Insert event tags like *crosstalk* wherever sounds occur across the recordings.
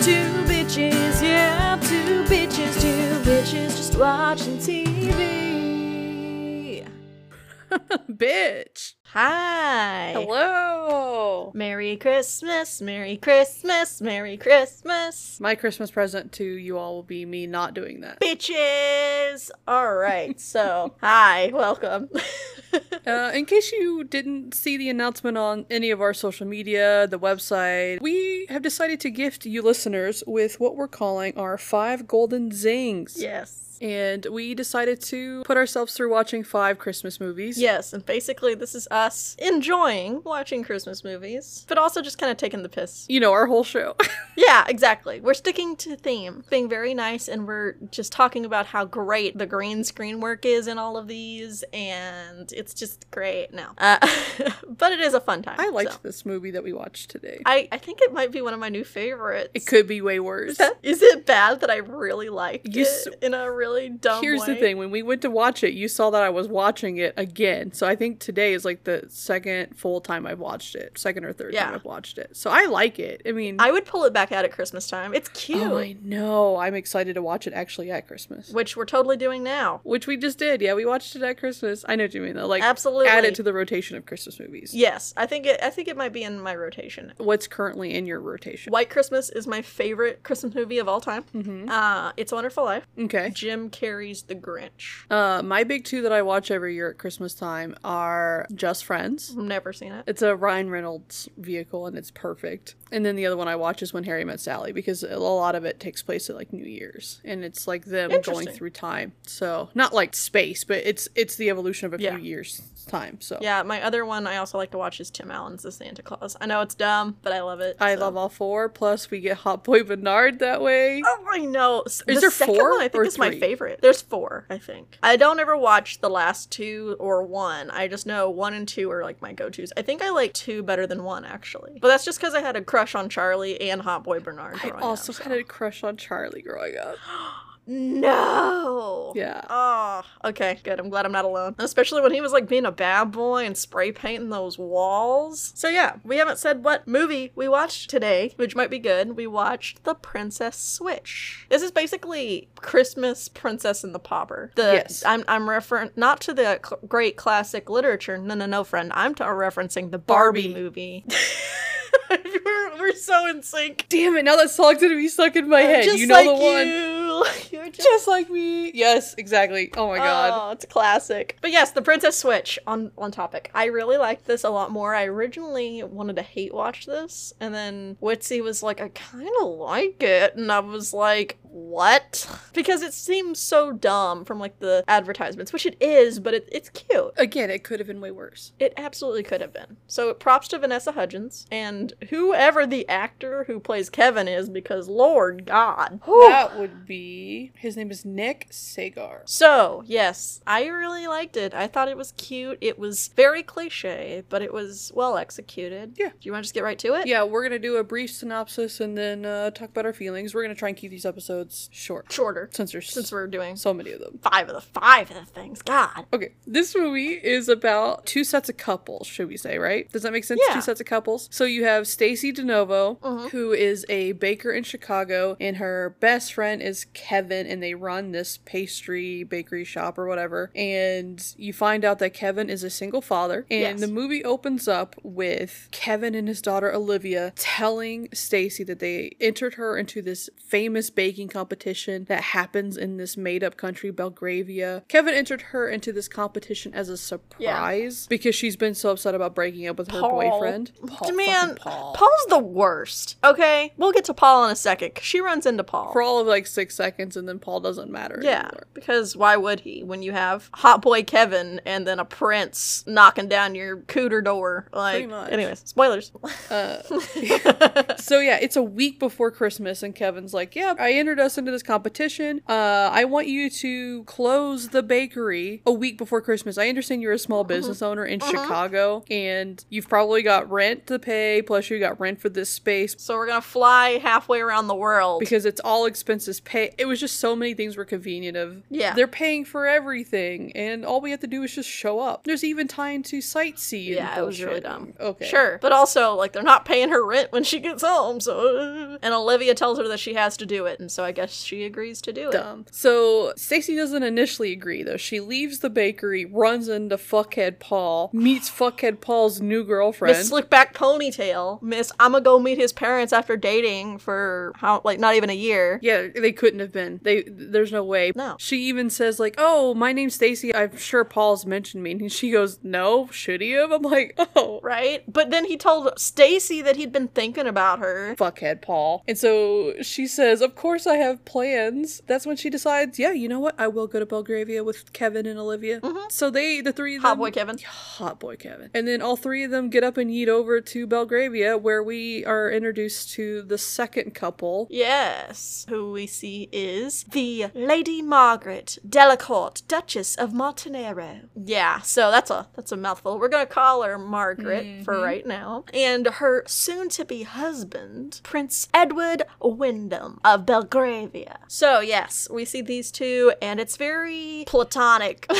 Two bitches, yeah, two bitches, two bitches just watching TV. Bitch. Hi. Hello. Merry Christmas, Merry Christmas, Merry Christmas. My Christmas present to you all will be me not doing that. Bitches. All right. So, hi, welcome. Uh, in case you didn't see the announcement on any of our social media, the website, we have decided to gift you listeners with what we're calling our five golden zings. yes. And we decided to put ourselves through watching five Christmas movies. Yes, and basically this is us enjoying watching Christmas movies, but also just kind of taking the piss. You know, our whole show. *laughs* Yeah, exactly. We're sticking to theme, being very nice, and we're just talking about how great the green screen work is in all of these, and it's just great now. Uh, *laughs* but it is a fun time. I liked so. this movie that we watched today. I, I think it might be one of my new favorites. it could be way *laughs* worse. Is, that, is it bad that I really liked You it s- in a really dumb Here's the way? thing: when we went to watch it, you saw that I was watching it again. So I think today is like the second full time I've watched it, second or third Yeah. time I've watched it. So I like it. I mean, I would pull it back out at Christmas time. It's cute, oh, I know. I'm excited to watch it actually at Christmas, which we're totally doing now. which we just did. Yeah, we watched it at Christmas. I know what you mean though. Like, Absolutely. add it to the rotation of Christmas movies. Yes, I think it. I think it might be in my rotation. What's currently in your rotation? White Christmas is my favorite Christmas movie of all time. Mm-hmm. Uh, it's a Wonderful Life. Okay. Jim Carrey's The Grinch. Uh, my big two that I watch every year at Christmas time are Just Friends. I've never seen it. It's a Ryan Reynolds vehicle and it's perfect. And then the other one I watch is When Harry Met Sally because a lot of it takes place at like New Year's and it's like them going Interesting. through time. So not like space, but it's it's the evolution of a Yeah. few years time. So Yeah, my other one I also like to watch is Tim Allen's The Santa Claus. I know it's dumb, but I love it. I so. love all four. Plus we get Hot Boy Bernard that way. Oh, I know. S- the there second four One, I or think is my three? favorite. There's four, I think. I don't ever watch the last two or one. I just know one and two are like my go-tos. I think I like two better than one actually, but that's just because I had a crush on Charlie and Hot Boy Bernard. I growing also up, so. had a crush on Charlie growing up. No. Yeah. Oh, okay, good. I'm glad I'm not alone. Especially when he was like being a bad boy and spray painting those walls. So, yeah, we haven't said what movie we watched today, which might be good. We watched The Princess Switch. This is basically Christmas Princess and the Pauper. The, Yes. I'm, I'm referring not to the cl- great classic literature. No, no, no, friend. I'm ta- referencing the Barbie, Barbie. movie. *laughs* we're, we're so in sync. Damn it, now that song's gonna be stuck in my head. Just you know like the one. you. *laughs* You're just Just like me. Yes, exactly. Oh my god. Oh, it's classic. But yes, the Princess Switch on on topic. I really liked this a lot more. I originally wanted to hate watch this, and then Witsy was like, "I kind of like it," and I was like, "What?" Because it seems so dumb from like the advertisements, which it is, but it, it's cute. Again, it could have been way worse. It absolutely could have been. So props to Vanessa Hudgens and whoever the actor who plays Kevin is, because Lord God, Whew. That would be his name is Nick Sagar. So, yes, I really liked it. I thought it was cute. It was very cliche, but it was well executed. Yeah. Do you want to just get right to it? Yeah, we're gonna do a brief synopsis and then uh, talk about our feelings. We're gonna try and keep these episodes short Shorter, since there's since we're doing so many of them. five of the five of the things. God. Okay, this movie is about two sets of couples, should we say, right? Does that make sense? Yeah. Two sets of couples. So you have Stacy DeNovo, Mhm. who is a baker in Chicago, and her best friend is Kevin, and they run this pastry bakery shop or whatever. And you find out that Kevin is a single father, and Yes. the movie opens up with Kevin and his daughter Olivia telling Stacy that they entered her into this famous baking competition that happens in this made-up country, Belgravia. Kevin entered her into this competition as a surprise because she's been so upset about breaking up with her Paul. boyfriend. Man, fucking Paul. Paul's the worst. Okay? We'll get to Paul in a second 'cause she runs into Paul. for all of like six seconds, and then Paul doesn't matter. yeah, anymore. because why would he when you have hot boy Kevin and then a prince knocking down your cooter door? Like, Pretty much. anyways, spoilers. *laughs* Uh, so yeah, it's a week before Christmas, and Kevin's like, "Yeah, I entered us into this competition. Uh, I want you to close the bakery a week before Christmas. I understand you're a small business owner in Mhm. Chicago, and you've probably got rent to pay, plus you got rent for this space *laughs* So we're gonna fly halfway around the world. because it's all expenses pay. It was just so many things were convenient of yeah. they're paying for everything, and all we have to do is just show up. There's even time to sightsee. and Yeah, it was really bullshit. dumb. Okay, Sure, but also like they're not paying her rent when she gets home, so uh, and Olivia tells her that she has to do it, and so I guess she agrees to do it. dumb. So Stacy doesn't initially agree though. She leaves the bakery, runs into fuckhead Paul, meets fuckhead Paul's new girlfriend. Miss Slickback Ponytail, Miss I'ma go meet his parents after dating for how like not even a year. yeah, they couldn't have been. They there's no way. No. She even says like, "Oh, my name's Stacy. I'm sure Paul's mentioned me." And she goes, "No, should he have?" I'm like, *laughs* "Oh, Right? But then he told Stacy that he'd been thinking about her. fuckhead Paul. And so she says, Of course I have plans. That's when she decides, Yeah, you know what? I will go to Belgravia with Kevin and Olivia. Mhm. So they, the three of them. Hot boy Kevin. Hot boy Kevin. And then all three of them get up and yeet over to Belgravia, where we are introduced to the second couple. Yes, who we see is the Lady Margaret Delacourt, Duchess of Montenero. Yeah, so that's a that's a mouthful. We're gonna call her Margaret for Mhm. right now, and her soon-to-be husband, Prince Edward Wyndham of Belgravia. So yes, we see these two, and it's very platonic *laughs*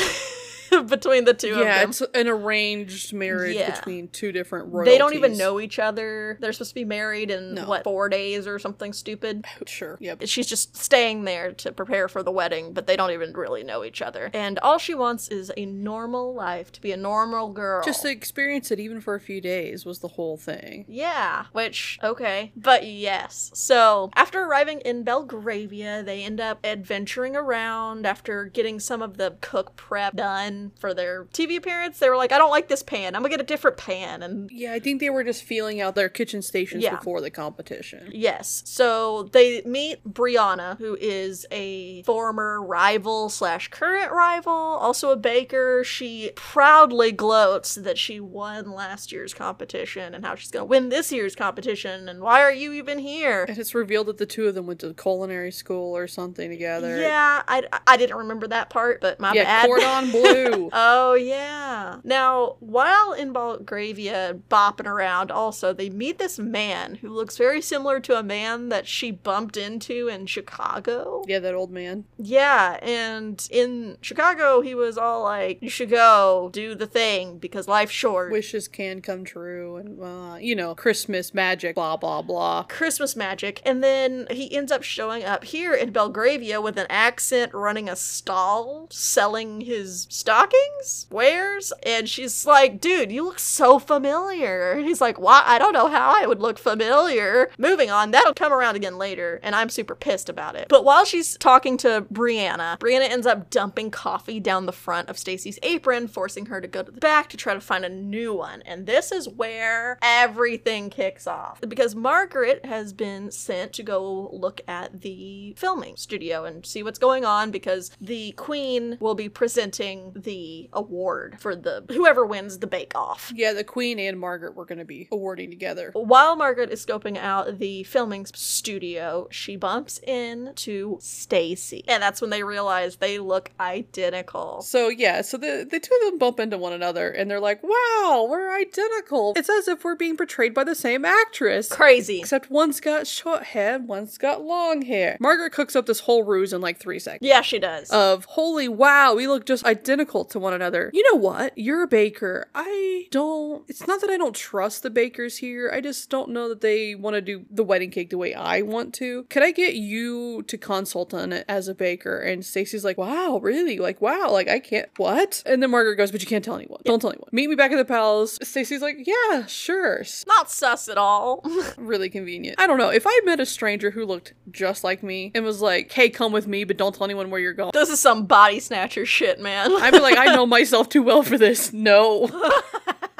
between the two of yeah, them. it's Um, an arranged marriage Yeah. between two different royalties. They don't even know each other. They're supposed to be married in No. what four days or something stupid. Sure. Yep. she's just staying there to prepare for the wedding, but they don't even really know each other. And all she wants is a normal life, to be a normal girl. Just to experience it even for a few days was the whole thing. yeah, which, okay. But yes. So, after arriving in Belgravia, they end up adventuring around after getting some of the cook prep done for their TV appearance. They were like, I don't like this pan. I'm gonna get a different pan. And Yeah, I think they were just feeling out their kitchen stations Yeah. before the competition. Yes. So they meet Brianna, who is a former rival slash current rival, also a baker. She proudly gloats that she won last year's competition and how she's going to win this year's competition and why are you even here? And it's revealed that the two of them went to culinary school or something together. Yeah, I, I didn't remember that part, but my yeah, bad. cordon bleu. *laughs* Oh yeah. Now, while in Belgravia bopping around, also they meet this man who looks very similar to a man that she bumped into in Chicago. yeah, that old man. Yeah, and in Chicago he was all like, "You should go do the thing because life's short." Wishes can come true, and uh, you know, Christmas magic, blah blah blah. Christmas magic, and then he ends up showing up here in Belgravia with an accent, running a stall, selling his stockings, wares, and she's like, "Dude, you look so familiar." And he's like, "Why? I don't know how I would look familiar." Moving on, that'll come around again later, and I'm super pissed about it. But while she's talking to Brianna, Brianna ends up dumping coffee down the front of Stacy's apron, forcing her to go to the back to try to find a new one. And this is where everything kicks off because Margaret has been sent to go look at the filming studio and see what's going on because the queen will be presenting the award for the whoever wins the bake off. Yeah, the Queen and Margaret were going to be awarding together. While Margaret is scoping out the filming studio, she bumps into Stacy. And that's when they realize they look identical. So yeah, so the the two of them bump into one another, and they're like, "Wow, we're identical." It's as if we're being portrayed by the same actress. Crazy. Except one's got short hair, one's got long hair. Margaret cooks up this whole ruse in like three seconds. Yeah, she does. of holy wow, we look just identical to one another. You know what? You're a baker. I don't. It's not that I don't trust the bakers here. I just don't know that they want to do the wedding cake the way I want to. Could I get you to consult on it as a baker? And Stacy's like, wow, really? Like, wow, like I can't. What? And then Margaret goes, but you can't tell anyone. Don't tell anyone. Meet me back at the palace. Stacy's like, yeah, sure. S- Not sus at all. Really convenient. I don't know. If I met a stranger who looked just like me and was like, hey, come with me, but don't tell anyone where you're going. this is some body snatcher shit, man. I'd be like, I know myself too well for this. No.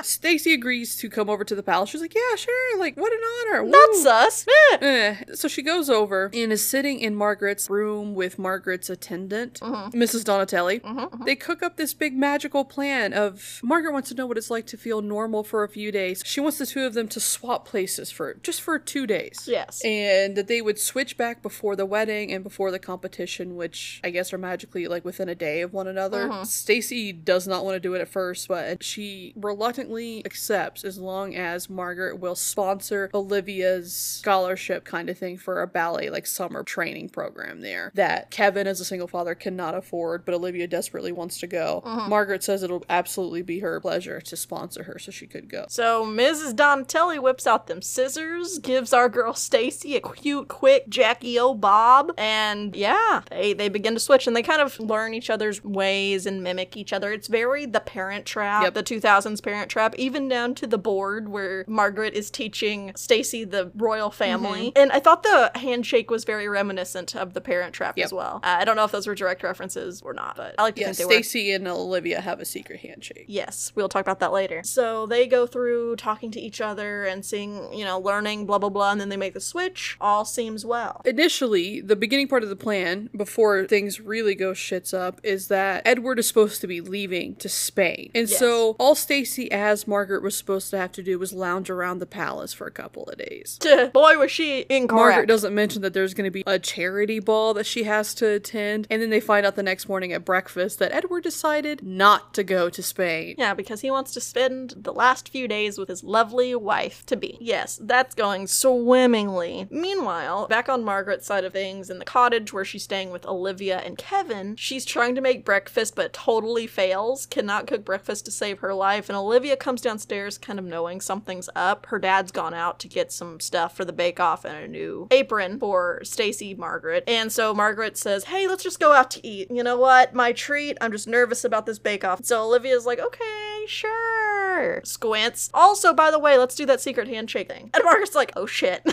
Stacy agrees to come over to the palace. She's like, yeah, sure. Like, what an honor. Not Woo." sus. Eh. Eh. So she goes over and is sitting in Margaret's room with Margaret's attendant, Mrs. Donatelli. They cook up this big magical plan of Margaret wants to know what it's like to feel normal for a few days. She wants the two of them to swap places for just for two days. Yes. And that they would switch back before the wedding and before the competition, which I guess are magically like within a day of one another. Mm-hmm. Stacy does not want to do it at first, but she reluctantly accepts as long as Margaret will sponsor Olivia's scholarship kind of thing for a ballet like summer training program there that Kevin as a single father cannot afford, but Olivia desperately wants to go. Mm-hmm. Margaret says it'll absolutely be her pleasure to sponsor her so she could go. So Mrs. Donatelli whips out them scissors, gives our girl Stacy a cute, quick Jackie O bob, and yeah, they they begin to switch and they kind of learn each other's ways and mimic each other. It's very the Parent Trap, Yep. the 2000s Parent Trap, even down to the board where Margaret is teaching Stacy the royal Mm-hmm. family. And I thought the handshake was very reminiscent of the Parent Trap Yep. as well. Uh, I don't know if those were direct references or not, but I like to Yeah, think they were. Stacy and Olivia have a secret handshake. Yes, we'll talk about that later. So they go through talking to each other and seeing, you know, learning, blah, blah, blah, and then they make the switch. All seems well. *laughs* Initially, the beginning part of the plan, before things really go shits up, is that Edward is supposed to be leaving to Spain. And Yes. so all Stacy as Margaret was supposed to have to do was lounge around the palace for a couple of days. Boy, was she incorrect. Margaret doesn't mention that there's going to be a charity ball that she has to attend. And then they find out the next morning at breakfast that Edward decided not to go to Spain. Yeah, because he wants to spend the last few days with his lovely wife to be. Yes, that's going swimmingly. Meanwhile, back on Margaret's side of things, in the cottage where she's staying with Olivia and Kevin, she's trying to make breakfast but totally fails, cannot cook breakfast to save her life, and Olivia comes downstairs kind of knowing something's up. Her dad's gone out to get some stuff for the bake off and a new apron for Stacy Margaret. And so Margaret says, Hey, let's just go out to eat. You know what? My treat. I'm just nervous about this bake off. So Olivia's like, Okay, sure. Squints. Also, by the way, let's do that secret handshake thing. And Margaret's like, Oh shit. *laughs*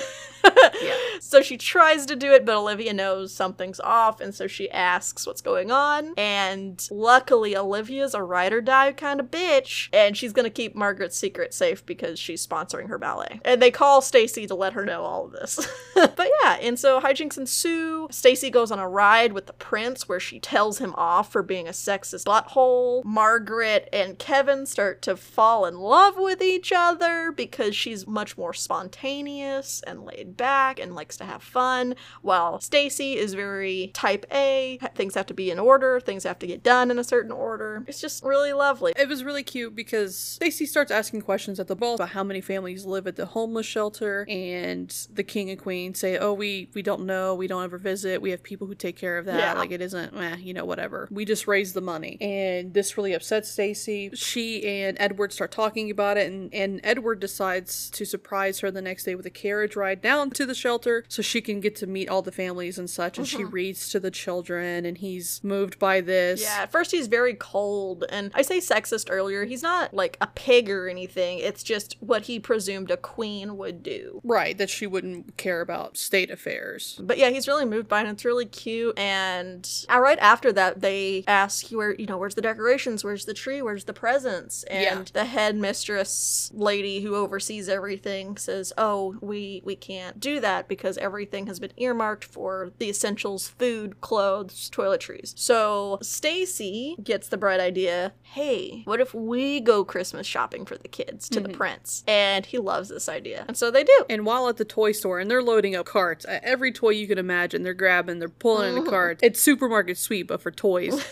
Yeah. So she tries to do it, but Olivia knows something's off, and so she asks what's going on. And luckily, Olivia's a ride or die kind of bitch, and she's gonna keep Margaret's secret safe because she's sponsoring her ballet. And they call Stacy to let her know all of this. *laughs* but yeah, and so hijinks ensue. Stacy goes on a ride with the prince where she tells him off for being a sexist butthole. Margaret and Kevin start to fall in love with each other because she's much more spontaneous and laid back and likes to have fun, while Stacy is very type A. Things have to be in order, things have to get done in a certain order. It's just really lovely. It was really cute because Stacy starts asking questions at the ball about how many families live at the homeless shelter, and the king and queen say, "Oh, we we don't know, we don't ever visit. We have people who take care of that. Yeah. Like it isn't, eh, you know, whatever. We just raise the money." And this really upsets Stacy. She and Edward start talking about it, and and Edward decides to surprise her the next day with a carriage ride down to the shelter so she can get to meet all the families and such. And she Mm-hmm. reads to the children, and he's moved by this. Yeah, at first he's very cold, and I say sexist earlier. He's not like a pig or anything. It's just what he presumed a queen would do. Right, that she wouldn't care about state affairs. But yeah, he's really moved by it. and It's really cute. And uh, right after that, they ask you where you know where's the decorations, where's the tree, where's the presents, and the headmistress lady who oversees everything says, "Oh, we we can't do that because everything has been earmarked for the essentials: food, clothes, toiletries." So Stacy gets the bright idea. Hey, what if we go Christmas shopping for the kids to the prince? And he loves this idea, and so they do. And while at the toy store, and they're loading up carts, uh, every toy you can imagine, they're grabbing, they're pulling in the carts. It's supermarket sweep, but for toys.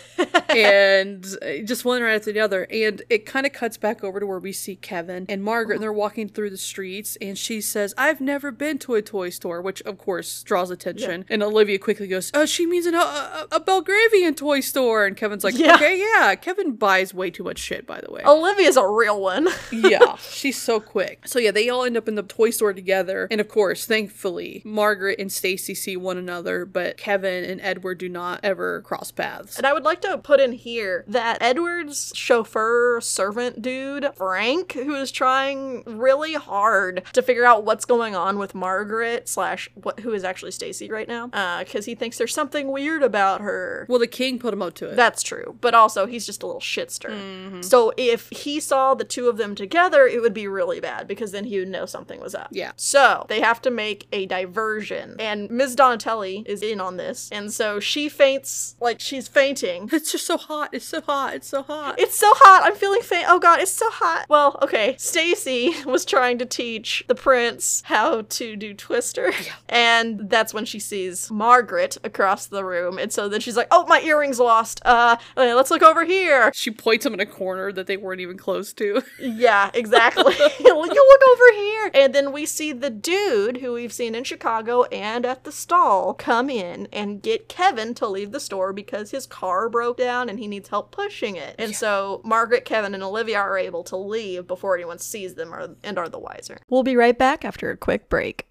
and uh, just one right after the other. And it kind of cuts back over to where we see Kevin and Margaret, and they're walking through the streets, and she says, I've never been to a toy store, which of course draws attention. And Olivia quickly goes, Oh, she means an, a, a, a Belgravian toy store. And Kevin's like, Yeah. Okay, yeah. Kevin buys way too much shit, by the way. Olivia's a real one. *laughs* yeah, she's so quick. So yeah, they all end up in the toy store together, and of course, thankfully, Margaret and Stacy see one another, but Kevin and Edward do not ever cross paths. And I would like to put in here that Edward's chauffeur servant dude, Frank, who is trying really hard to figure out what's going on with Margaret slash what who is actually Stacy right now, because he thinks there's something weird about her. Well, the king put him up to it. That's true, but also he's just a little shitster. Mhm. So if he saw the two of them together, it would be really bad because then he would know something was up. Yeah. So they have to make a diversion, and Ms. Donatelli is in on this, and so she faints like she's fainting. It's just so hot. It's so hot. It's so hot. It's so hot. I'm feeling faint. Oh god, it's so hot. Well, okay. Stacy *laughs* was trying to teach the prince how to do Twister, and that's when she sees Margaret across the room, and so then she's like, "Oh, my earrings lost. Uh, let's look over here." she points him in a corner that they weren't even close to. *laughs* Yeah, exactly. *laughs* you look over here. And then we see the dude who we've seen in Chicago and at the stall come in and get Kevin to leave the store because his car broke down and he needs help pushing it. And Yeah. so Margaret, Kevin, and Olivia are able to leave before anyone sees them or, and are the wiser. We'll be right back after a quick break.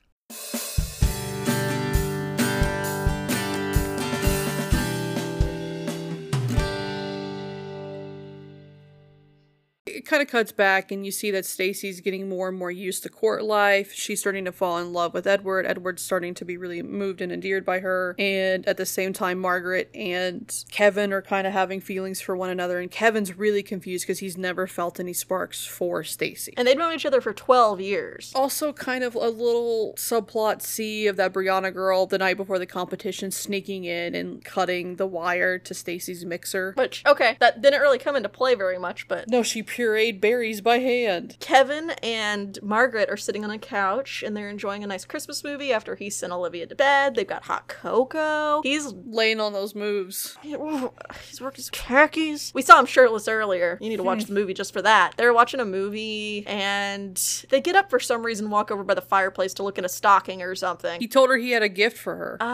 It kind of cuts back, and you see that Stacy's getting more and more used to court life. She's starting to fall in love with Edward. Edward's starting to be really moved and endeared by her. And at the same time, Margaret and Kevin are kind of having feelings for one another. And Kevin's really confused because he's never felt any sparks for Stacy. And they've known each other for 12 years. Also, kind of a little subplot C of that Brianna girl the night before the competition sneaking in and cutting the wire to Stacy's mixer. Which, okay, that didn't really come into play very much, but No, she pureed berries by hand. Kevin and Margaret are sitting on a couch and they're enjoying a nice Christmas movie after he sent Olivia to bed. They've got hot cocoa. He's Laying on those moves. he's worked his khakis. We saw him shirtless earlier. You need to watch the movie just for that. They're watching a movie and they get up for some reason, walk over by the fireplace to look at a stocking or something. He told her he had a gift for her. Oh,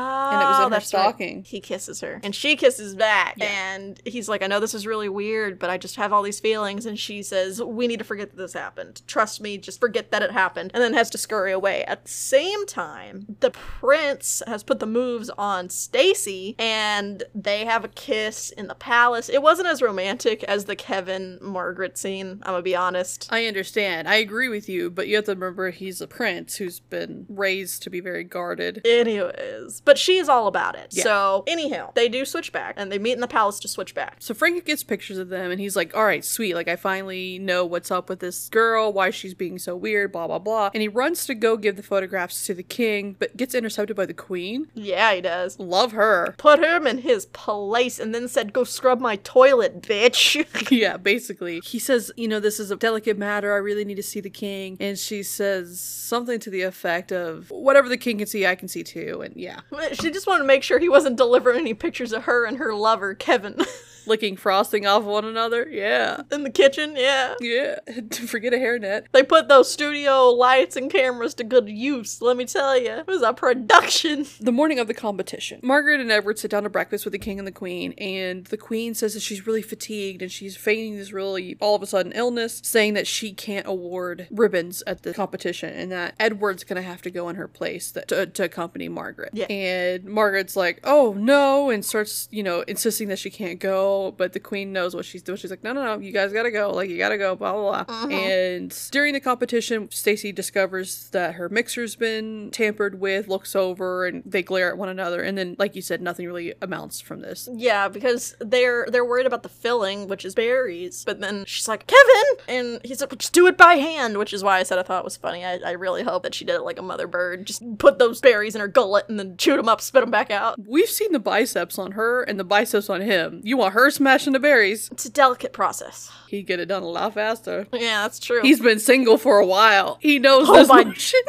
it was in her that's stocking. Right. He kisses her, and she kisses back. Yeah. And he's like, "I know this is really weird, but I just have all these feelings." And she says, "We need to forget that this happened. Trust me, just forget that it happened." And then has to scurry away. At the same time, the prince has put the moves on Stacy, and they have a kiss in the palace. It wasn't as romantic as the Kevin Margaret scene. I'm gonna be honest. I understand. I agree with you, but you have to remember he's a prince who's been raised to be very guarded. Anyways, but she is all about it. Yeah. So, anyhow, they do switch back and they meet in the palace to switch back. So Frank gets pictures of them and he's like, all right, sweet. Like, I finally know what's up with this girl, why she's being so weird, blah, blah, blah. And he runs to go give the photographs to the king, but gets intercepted by the queen. Yeah, he does. Love her. *laughs* Put him in his place and then said, Go scrub my toilet, bitch. *laughs* yeah, basically. He says, you know, this is a delicate matter. I really need to see the king. And she says something to the effect of, whatever the king can see, I can see too. And yeah, she just wanted to make sure he wasn't delivering any pictures of her and her lover, Kevin, *laughs* licking frosting off one another. Yeah. in the kitchen. Yeah. Yeah. *laughs* Forget a hairnet. They put those studio lights and cameras to good use, let me tell you. It was a production. *laughs* The morning of the competition, Margaret and Edward sit down to breakfast with the king and the queen, and the queen says that she's really fatigued and she's feigning this really all of a sudden illness, saying that she can't award ribbons at the competition and that Edward's gonna have to go in her place that, to, to accompany Margaret. Yeah. And Margaret's like, "Oh no," and starts you know insisting that she can't go, but the queen knows what she's doing. She's like, "No, no, no, you guys gotta go. Like you gotta go." Blah blah blah. Mhm. And during the competition, Stacy discovers that her mixer's been tampered with, looks over, and they glare at one another. And then, like you said, nothing really amounts from this. Yeah, because they're they're worried about the filling, which is berries. But then she's like, Kevin, and he's like, just do it by hand, which is why I said I thought it was funny. I, I really hope that she did it like a mother bird, just put those berries in her gullet and then chewed them up, spit them back out. We've seen the biceps on her and the biceps on him. You want her smashing the berries? It's a delicate process. He'd get it done a lot faster. Yeah, that's true. He's been single for a while. He knows Oh this my- *laughs* motion.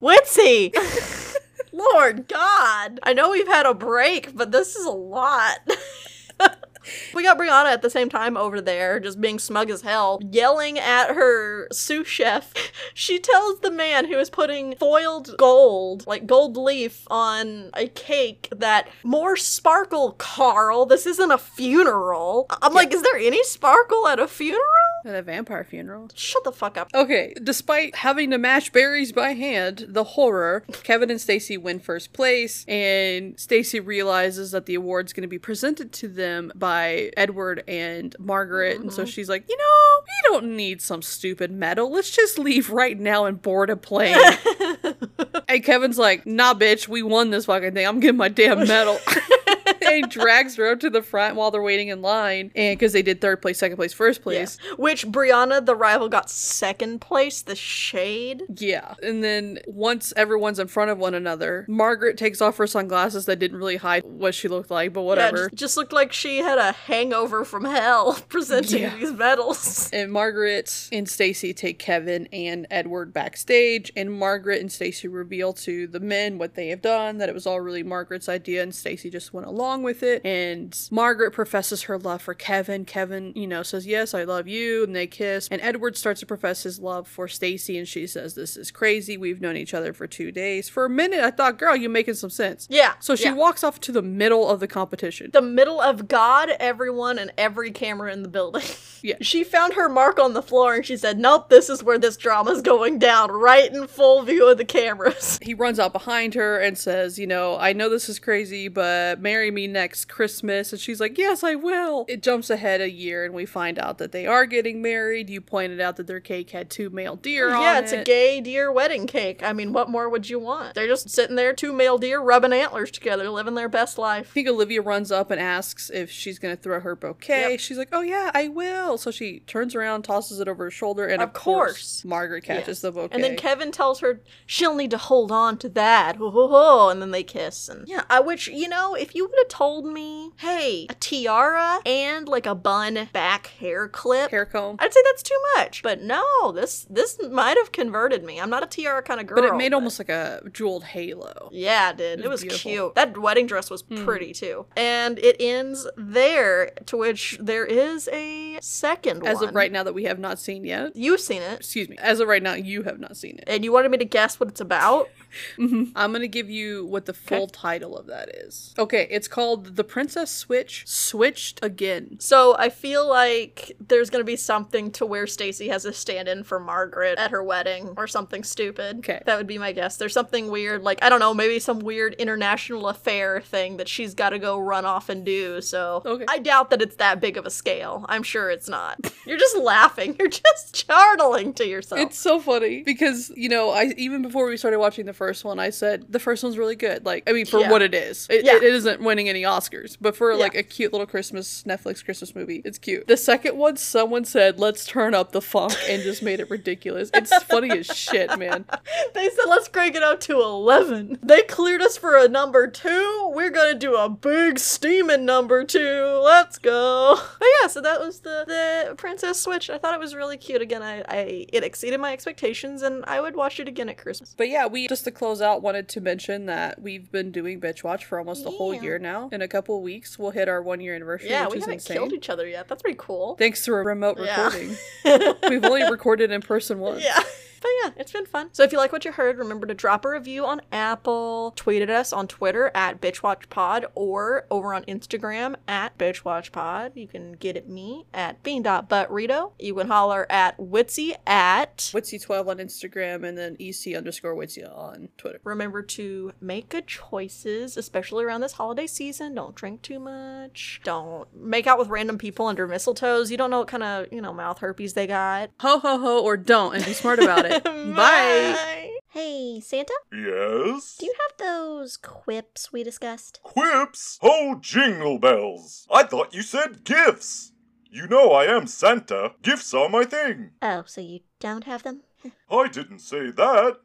Witsy! *laughs* Lord God! I know we've had a break, but this is a lot. *laughs* we got Brianna at the same time over there, just being smug as hell, yelling at her sous chef. *laughs* She tells the man who is putting foiled gold, like gold leaf, on a cake that more sparkle, Carl. This isn't a funeral. I- I'm like, is there any sparkle at a funeral? At a vampire funeral. Shut the fuck up. Okay, despite having to mash berries by hand, the horror, Kevin and Stacy win first place, and Stacy realizes that the award's going to be presented to them by Edward and Margaret, and so she's like, "You know, we don't need some stupid medal. Let's just leave right now and board a plane." and Kevin's like, "Nah, bitch, we won this fucking thing. I'm getting my damn medal." *laughs* and he drags her up to the front while they're waiting in line, and because they did third place, second place, first place, Yeah. Which Brianna, the rival, got second place, the shade. Yeah. And then once everyone's in front of one another, Margaret takes off her sunglasses that didn't really hide what she looked like, but Yeah, whatever. j- just looked like she had a hangover from hell *laughs* presenting Yeah. these medals. *laughs* and Margaret and Stacy take Kevin and Edward backstage, and Margaret and Stacy reveal to the men what they have done, that it was all really Margaret's idea, and Stacy just went along with it. And Margaret professes her love for Kevin. Kevin, you know, says, Yes, I love you, and they kiss. And Edward starts to profess his love for Stacy, and she says, This is crazy. We've known each other for two days. For a minute, I thought, girl, you're making some sense. Yeah. So she yeah. walks off to the middle of the competition. the middle of God, everyone, and every camera in the building. *laughs* Yeah. She found her mark on the floor and she said, Nope, this is where this drama's going down, right in full view of the cameras. *laughs* he runs out behind her and says, You know, I know this is crazy, but marry me next Christmas. And she's like, Yes, I will. It jumps ahead a year and we find out that they are getting married. You pointed out that their cake had two male deer on it. Oh, Yeah, it's a gay deer wedding cake. I mean, what more would you want? They're just sitting there, two male deer rubbing antlers together, living their best I life. think Olivia runs up and asks if she's going to throw her bouquet. Yep. She's like, "Oh yeah, I will." So she turns around, tosses it over her shoulder, and Of of, course. Margaret catches Yes. the bouquet. And then Kevin tells her she'll need to hold on to that. Ho ho ho. And then they kiss. And yeah, I which you know, if you would have told me, hey, a tiara and like a bun back hair clip. hair comb. I'd say that's too much, but no, this this might have converted me. I'm not a tiara kind of girl. but it made almost like a jeweled halo. Yeah, it did. It It was Hmm. was beautiful. cute. That wedding dress was pretty too. And it ends there, to which there is a second As one. of right now, that we have not seen yet. You've seen it. Excuse me. As of right now, you have not seen it. And you wanted me to guess what it's about? I'm gonna give you what the full title of that is. Okay, it's called "The Princess Switch Switched Again." So I feel like there's gonna be something to where Stacy has a stand-in for Margaret at her wedding or something stupid. Okay. That would be my guess. There's something weird, like I don't know, maybe some weird international affair thing that she's gotta go run off and do. So Okay. I doubt that it's that big of a scale. I'm sure it's not. *laughs* You're just laughing. *laughs* You're just chortling to yourself. It's so funny because you know, I even before we started watching the first one, I said the first one's really good. Like, I mean, for Yeah. what it is, it, Yeah. it isn't winning any Oscars, but for like Yeah. a cute little Christmas Netflix Christmas movie, it's cute. The second one, someone said, "Let's turn up the funk," and just made it ridiculous. It's funny as shit, man. *laughs* they said let's crank it up to 11 they cleared us for a number two we're gonna do a big steaming number two let's go *laughs* but yeah so that was the, the princess switch i thought it was really cute again I, I it exceeded my expectations and i would watch it again at christmas But yeah, we just to close out wanted to mention that we've been doing Bitch Watch for almost a whole Yeah. year now. In a couple of weeks, we'll hit our one year anniversary, yeah which we is haven't insane. killed each other yet that's pretty cool Thanks to a remote Yeah. recording. *laughs* we've only recorded in *laughs* person once. Yeah. *laughs* But yeah, it's been fun. So if you like what you heard, remember to drop a review on Apple, tweet at us on Twitter at BitchWatchPod, or over on Instagram at BitchWatchPod. You can get at me at bean.buttrito. You can holler at Witsy at. Witsy12 on Instagram and then EC underscore Witsy on Twitter. Remember to make good choices, especially around this holiday season. Don't drink too much. Don't make out with random people under mistletoes. You don't know what kind of, you know, mouth herpes they got. Ho ho ho or don't and be smart about *laughs* *laughs* it. Bye. Hey, Santa, Yes? do you have those quips we discussed? Quips? Oh, jingle bells! I thought you said gifts! You know I am Santa. Gifts are my thing. Oh, so you don't have them? I didn't say that.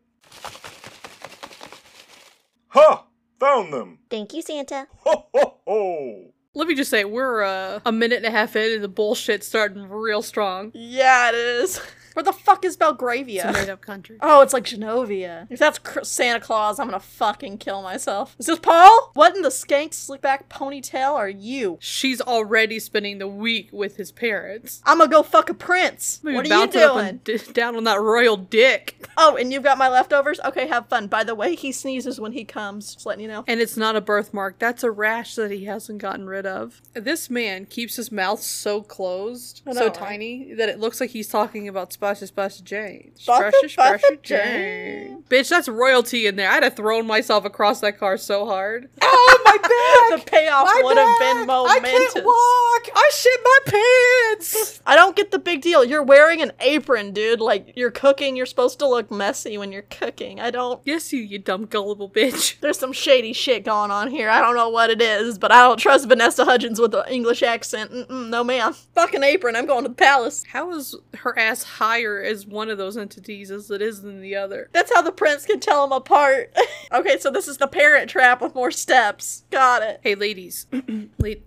Ha! Found them! Thank you, Santa. Ho ho ho! Let me just say, we're uh, a minute and a half in and the bullshit's starting real strong. Yeah, it is. *laughs* Where the fuck is It's a Belgravia? made up country. Oh, it's like Genovia. If that's cr- Santa Claus, I'm gonna fucking kill myself. Is this Paul? What in the skank slickback ponytail are you? She's already spending the week with his parents. I'm gonna go fuck a prince. Maybe What are you bouncing doing? Up and d- down on that royal dick. Oh, and you've got my leftovers? Okay, have fun. By the way, he sneezes when he comes. Just letting you know. And it's not a birthmark, that's a rash that he hasn't gotten rid of. This man keeps his mouth so closed, I know, so right? tiny, that it looks like he's talking about Splashy Splashy Jane. Splashy, Splashy Splashy Splashy Jane. Bitch, that's royalty in there. I'd have thrown myself across that car so *laughs* hard. Oh, my back! *laughs* the payoff My would have back! been momentous. I can't walk! I shit my pants! I don't get the big deal. You're wearing an apron, dude. Like, you're cooking. You're supposed to look messy when you're cooking. I don't. *laughs* yes, you, you dumb gullible bitch. There's some shady shit going on here. I don't know what it is, but I don't trust Vanessa Hudgens with an English accent. Mm-mm, no, ma'am. Fucking apron. I'm going to the palace. How is her ass higher as one of those entities as it is than the other? That's how the prince can tell them apart. *laughs* okay, so this is the parent trap with more steps. Got it. Hey, ladies. *clears throat* Late.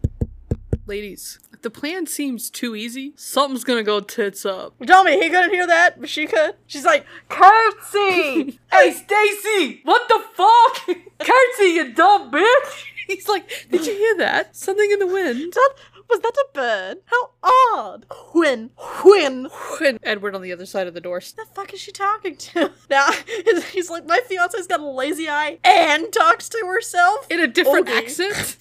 Ladies. If the plan seems too easy, something's gonna go tits up. Dummy, he couldn't hear that, but she could. She's like, *laughs* curtsy! *laughs* Hey, Stacy! What the fuck? *laughs* Curtsy, you dumb bitch! *laughs* He's like, did you hear that? Something in the wind. That, was that a bird? How odd! When? When? *laughs* And Edward on the other side of the door. the fuck is she talking to? *laughs* Now, he's like, my fiance's got a lazy eye and talks to herself. *laughs* In a different Okay. *laughs* accent?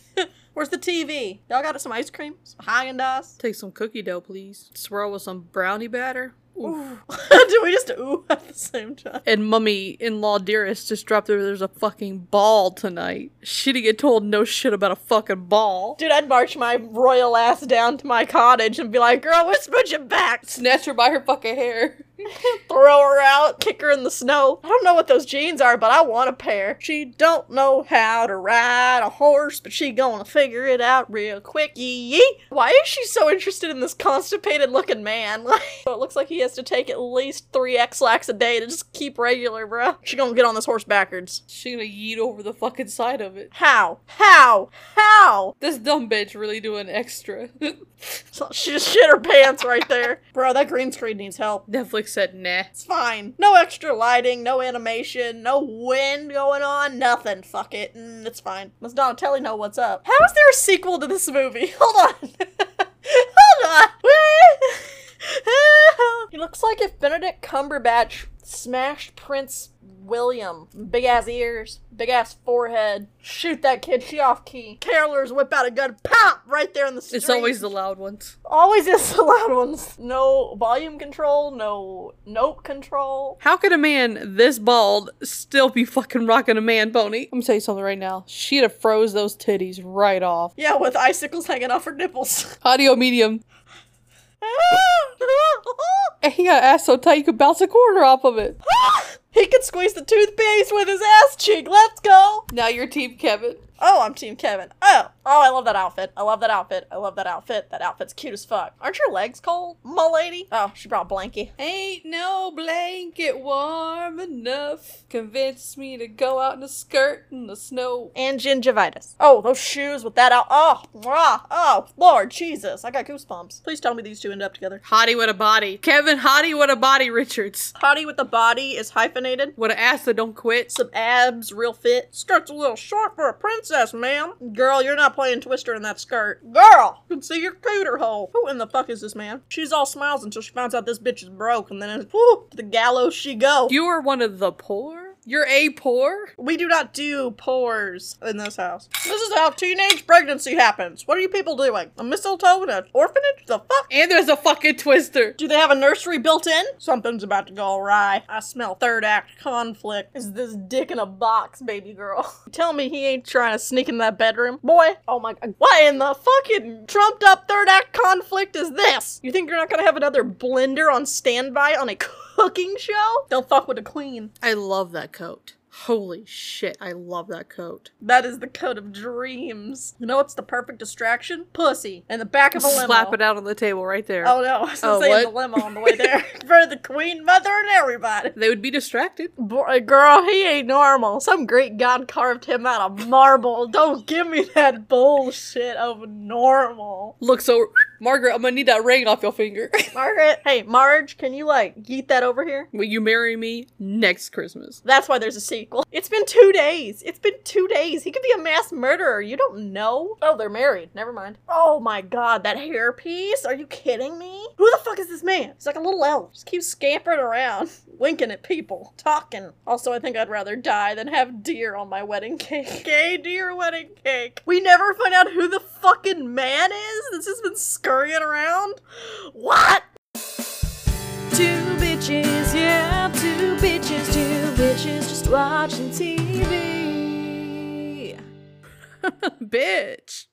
Where's the TV? Y'all got some ice cream? Some Haagen Dazs? Take some cookie dough, please. Swirl with some brownie batter. Ooh. Ooh. *laughs* Do we just ooh *laughs* at the same time? And mummy in law dearest just dropped her there's a fucking ball tonight. She didn't get told no shit about a fucking ball. *laughs* Dude, I'd march my royal ass down to my cottage and be like, girl, we're smooching back. *laughs* Snatch her by her fucking hair. Throw her out, kick her in the snow. I don't know what those jeans are, but I want a pair. She don't know how to ride a horse, but she gonna figure it out real quick. Yee yee. Why is she so interested in this constipated looking man? *laughs* Like, so it looks like he has to take at least three X-Lax a day to just keep regular, bruh. She gonna get on this horse backwards. She gonna yeet over the fucking side of it. How? How? How? This dumb bitch really doing extra. *laughs* So *laughs* she just shit her pants right there. Bro, that green screen needs help. Netflix said nah. It's fine. No extra lighting, no animation, no wind going on, nothing. Fuck it. Mm, it's fine. Miss Donatelli know what's up. How is there a sequel to this movie? *laughs* Hold on. Hold *laughs* on. he looks like if Benedict Cumberbatch smashed Prince William. Big ass ears, big ass forehead. Shoot that kid, she off key. Carolers whip out a gun, pop, right there in the street. It's always the loud ones. Always is the loud ones. No volume control, no note control. How could a man this bald still be fucking rocking a man pony? I'm gonna tell you something right now. She'd have froze those titties right off. Yeah, with icicles hanging off her nipples. *laughs* Audio medium. And he got ass so tight you could bounce a quarter off of it. he could squeeze the toothpaste with his ass cheek. Let's go. Now your team, Kevin. Oh, I'm Team Kevin. Oh, oh, I love that outfit. I love that outfit. I love that outfit. That outfit's cute as fuck. Aren't your legs cold, my lady? Oh, she brought blankie. Ain't no blanket warm enough. Convinced me to go out in a skirt in the snow. And gingivitis. Oh, those shoes with that out. Oh, mwah. oh, Lord Jesus, I got goosebumps. Please tell me these two end up together. Hottie with a body. Kevin Hottie with a body Richards. Hottie with the body is hyphenated. With an ass that don't quit. Some abs, real fit. Skirt's a little short for a princess, ma'am. Girl, you're not playing Twister in that skirt. Girl, you can see your cooter hole. Who in the fuck is this man? She's all smiles until she finds out this bitch is broke, and then whoo, to the gallows she go. You are one of the poor? You're a poor? we do not do pores in this house. This is how teenage pregnancy happens. What are you people doing? A mistletoe in an orphanage? The fuck? And there's a fucking twister. Do they have a nursery built in? Something's about to go awry. I smell third act conflict. Is this dick in a box, baby girl? *laughs* Tell me he ain't trying to sneak in that bedroom. Boy, oh my god. What in the fucking trumped up third act conflict is this? You think you're not gonna have another blender on standby on a cooking show? Don't fuck with the queen. I love that coat. Holy shit, I love that coat. That is the code of dreams. You know what's the perfect distraction? Pussy. In the back of a limo. *laughs* Slap it out on the table right there. Oh no, I was gonna Oh, say in the what? limo on the way there. *laughs* For the queen mother and everybody. They would be distracted. Boy, girl, he ain't normal. Some great god carved him out of marble. Don't give me that bullshit of normal. Looks over Margaret, I'm gonna need that ring off your finger. *laughs* Margaret, hey, Marge, can you like yeet that over here? Will you marry me next Christmas? *laughs* That's why there's a sequel. It's been two days. It's been two days. He could be a mass murderer. You don't know. Oh, they're married. Never mind. Oh my god, that hairpiece? Are you kidding me? Who the fuck is this man? He's like a little elf. Just keeps scampering around, *laughs* winking at people, talking. Also, I think I'd rather die than have deer on my wedding cake. *laughs* Gay deer wedding cake. We never find out who the fucking man is that's just been scurrying around. What? Two bitches, yeah, two bitches, two bitches just watching TV. Bitch.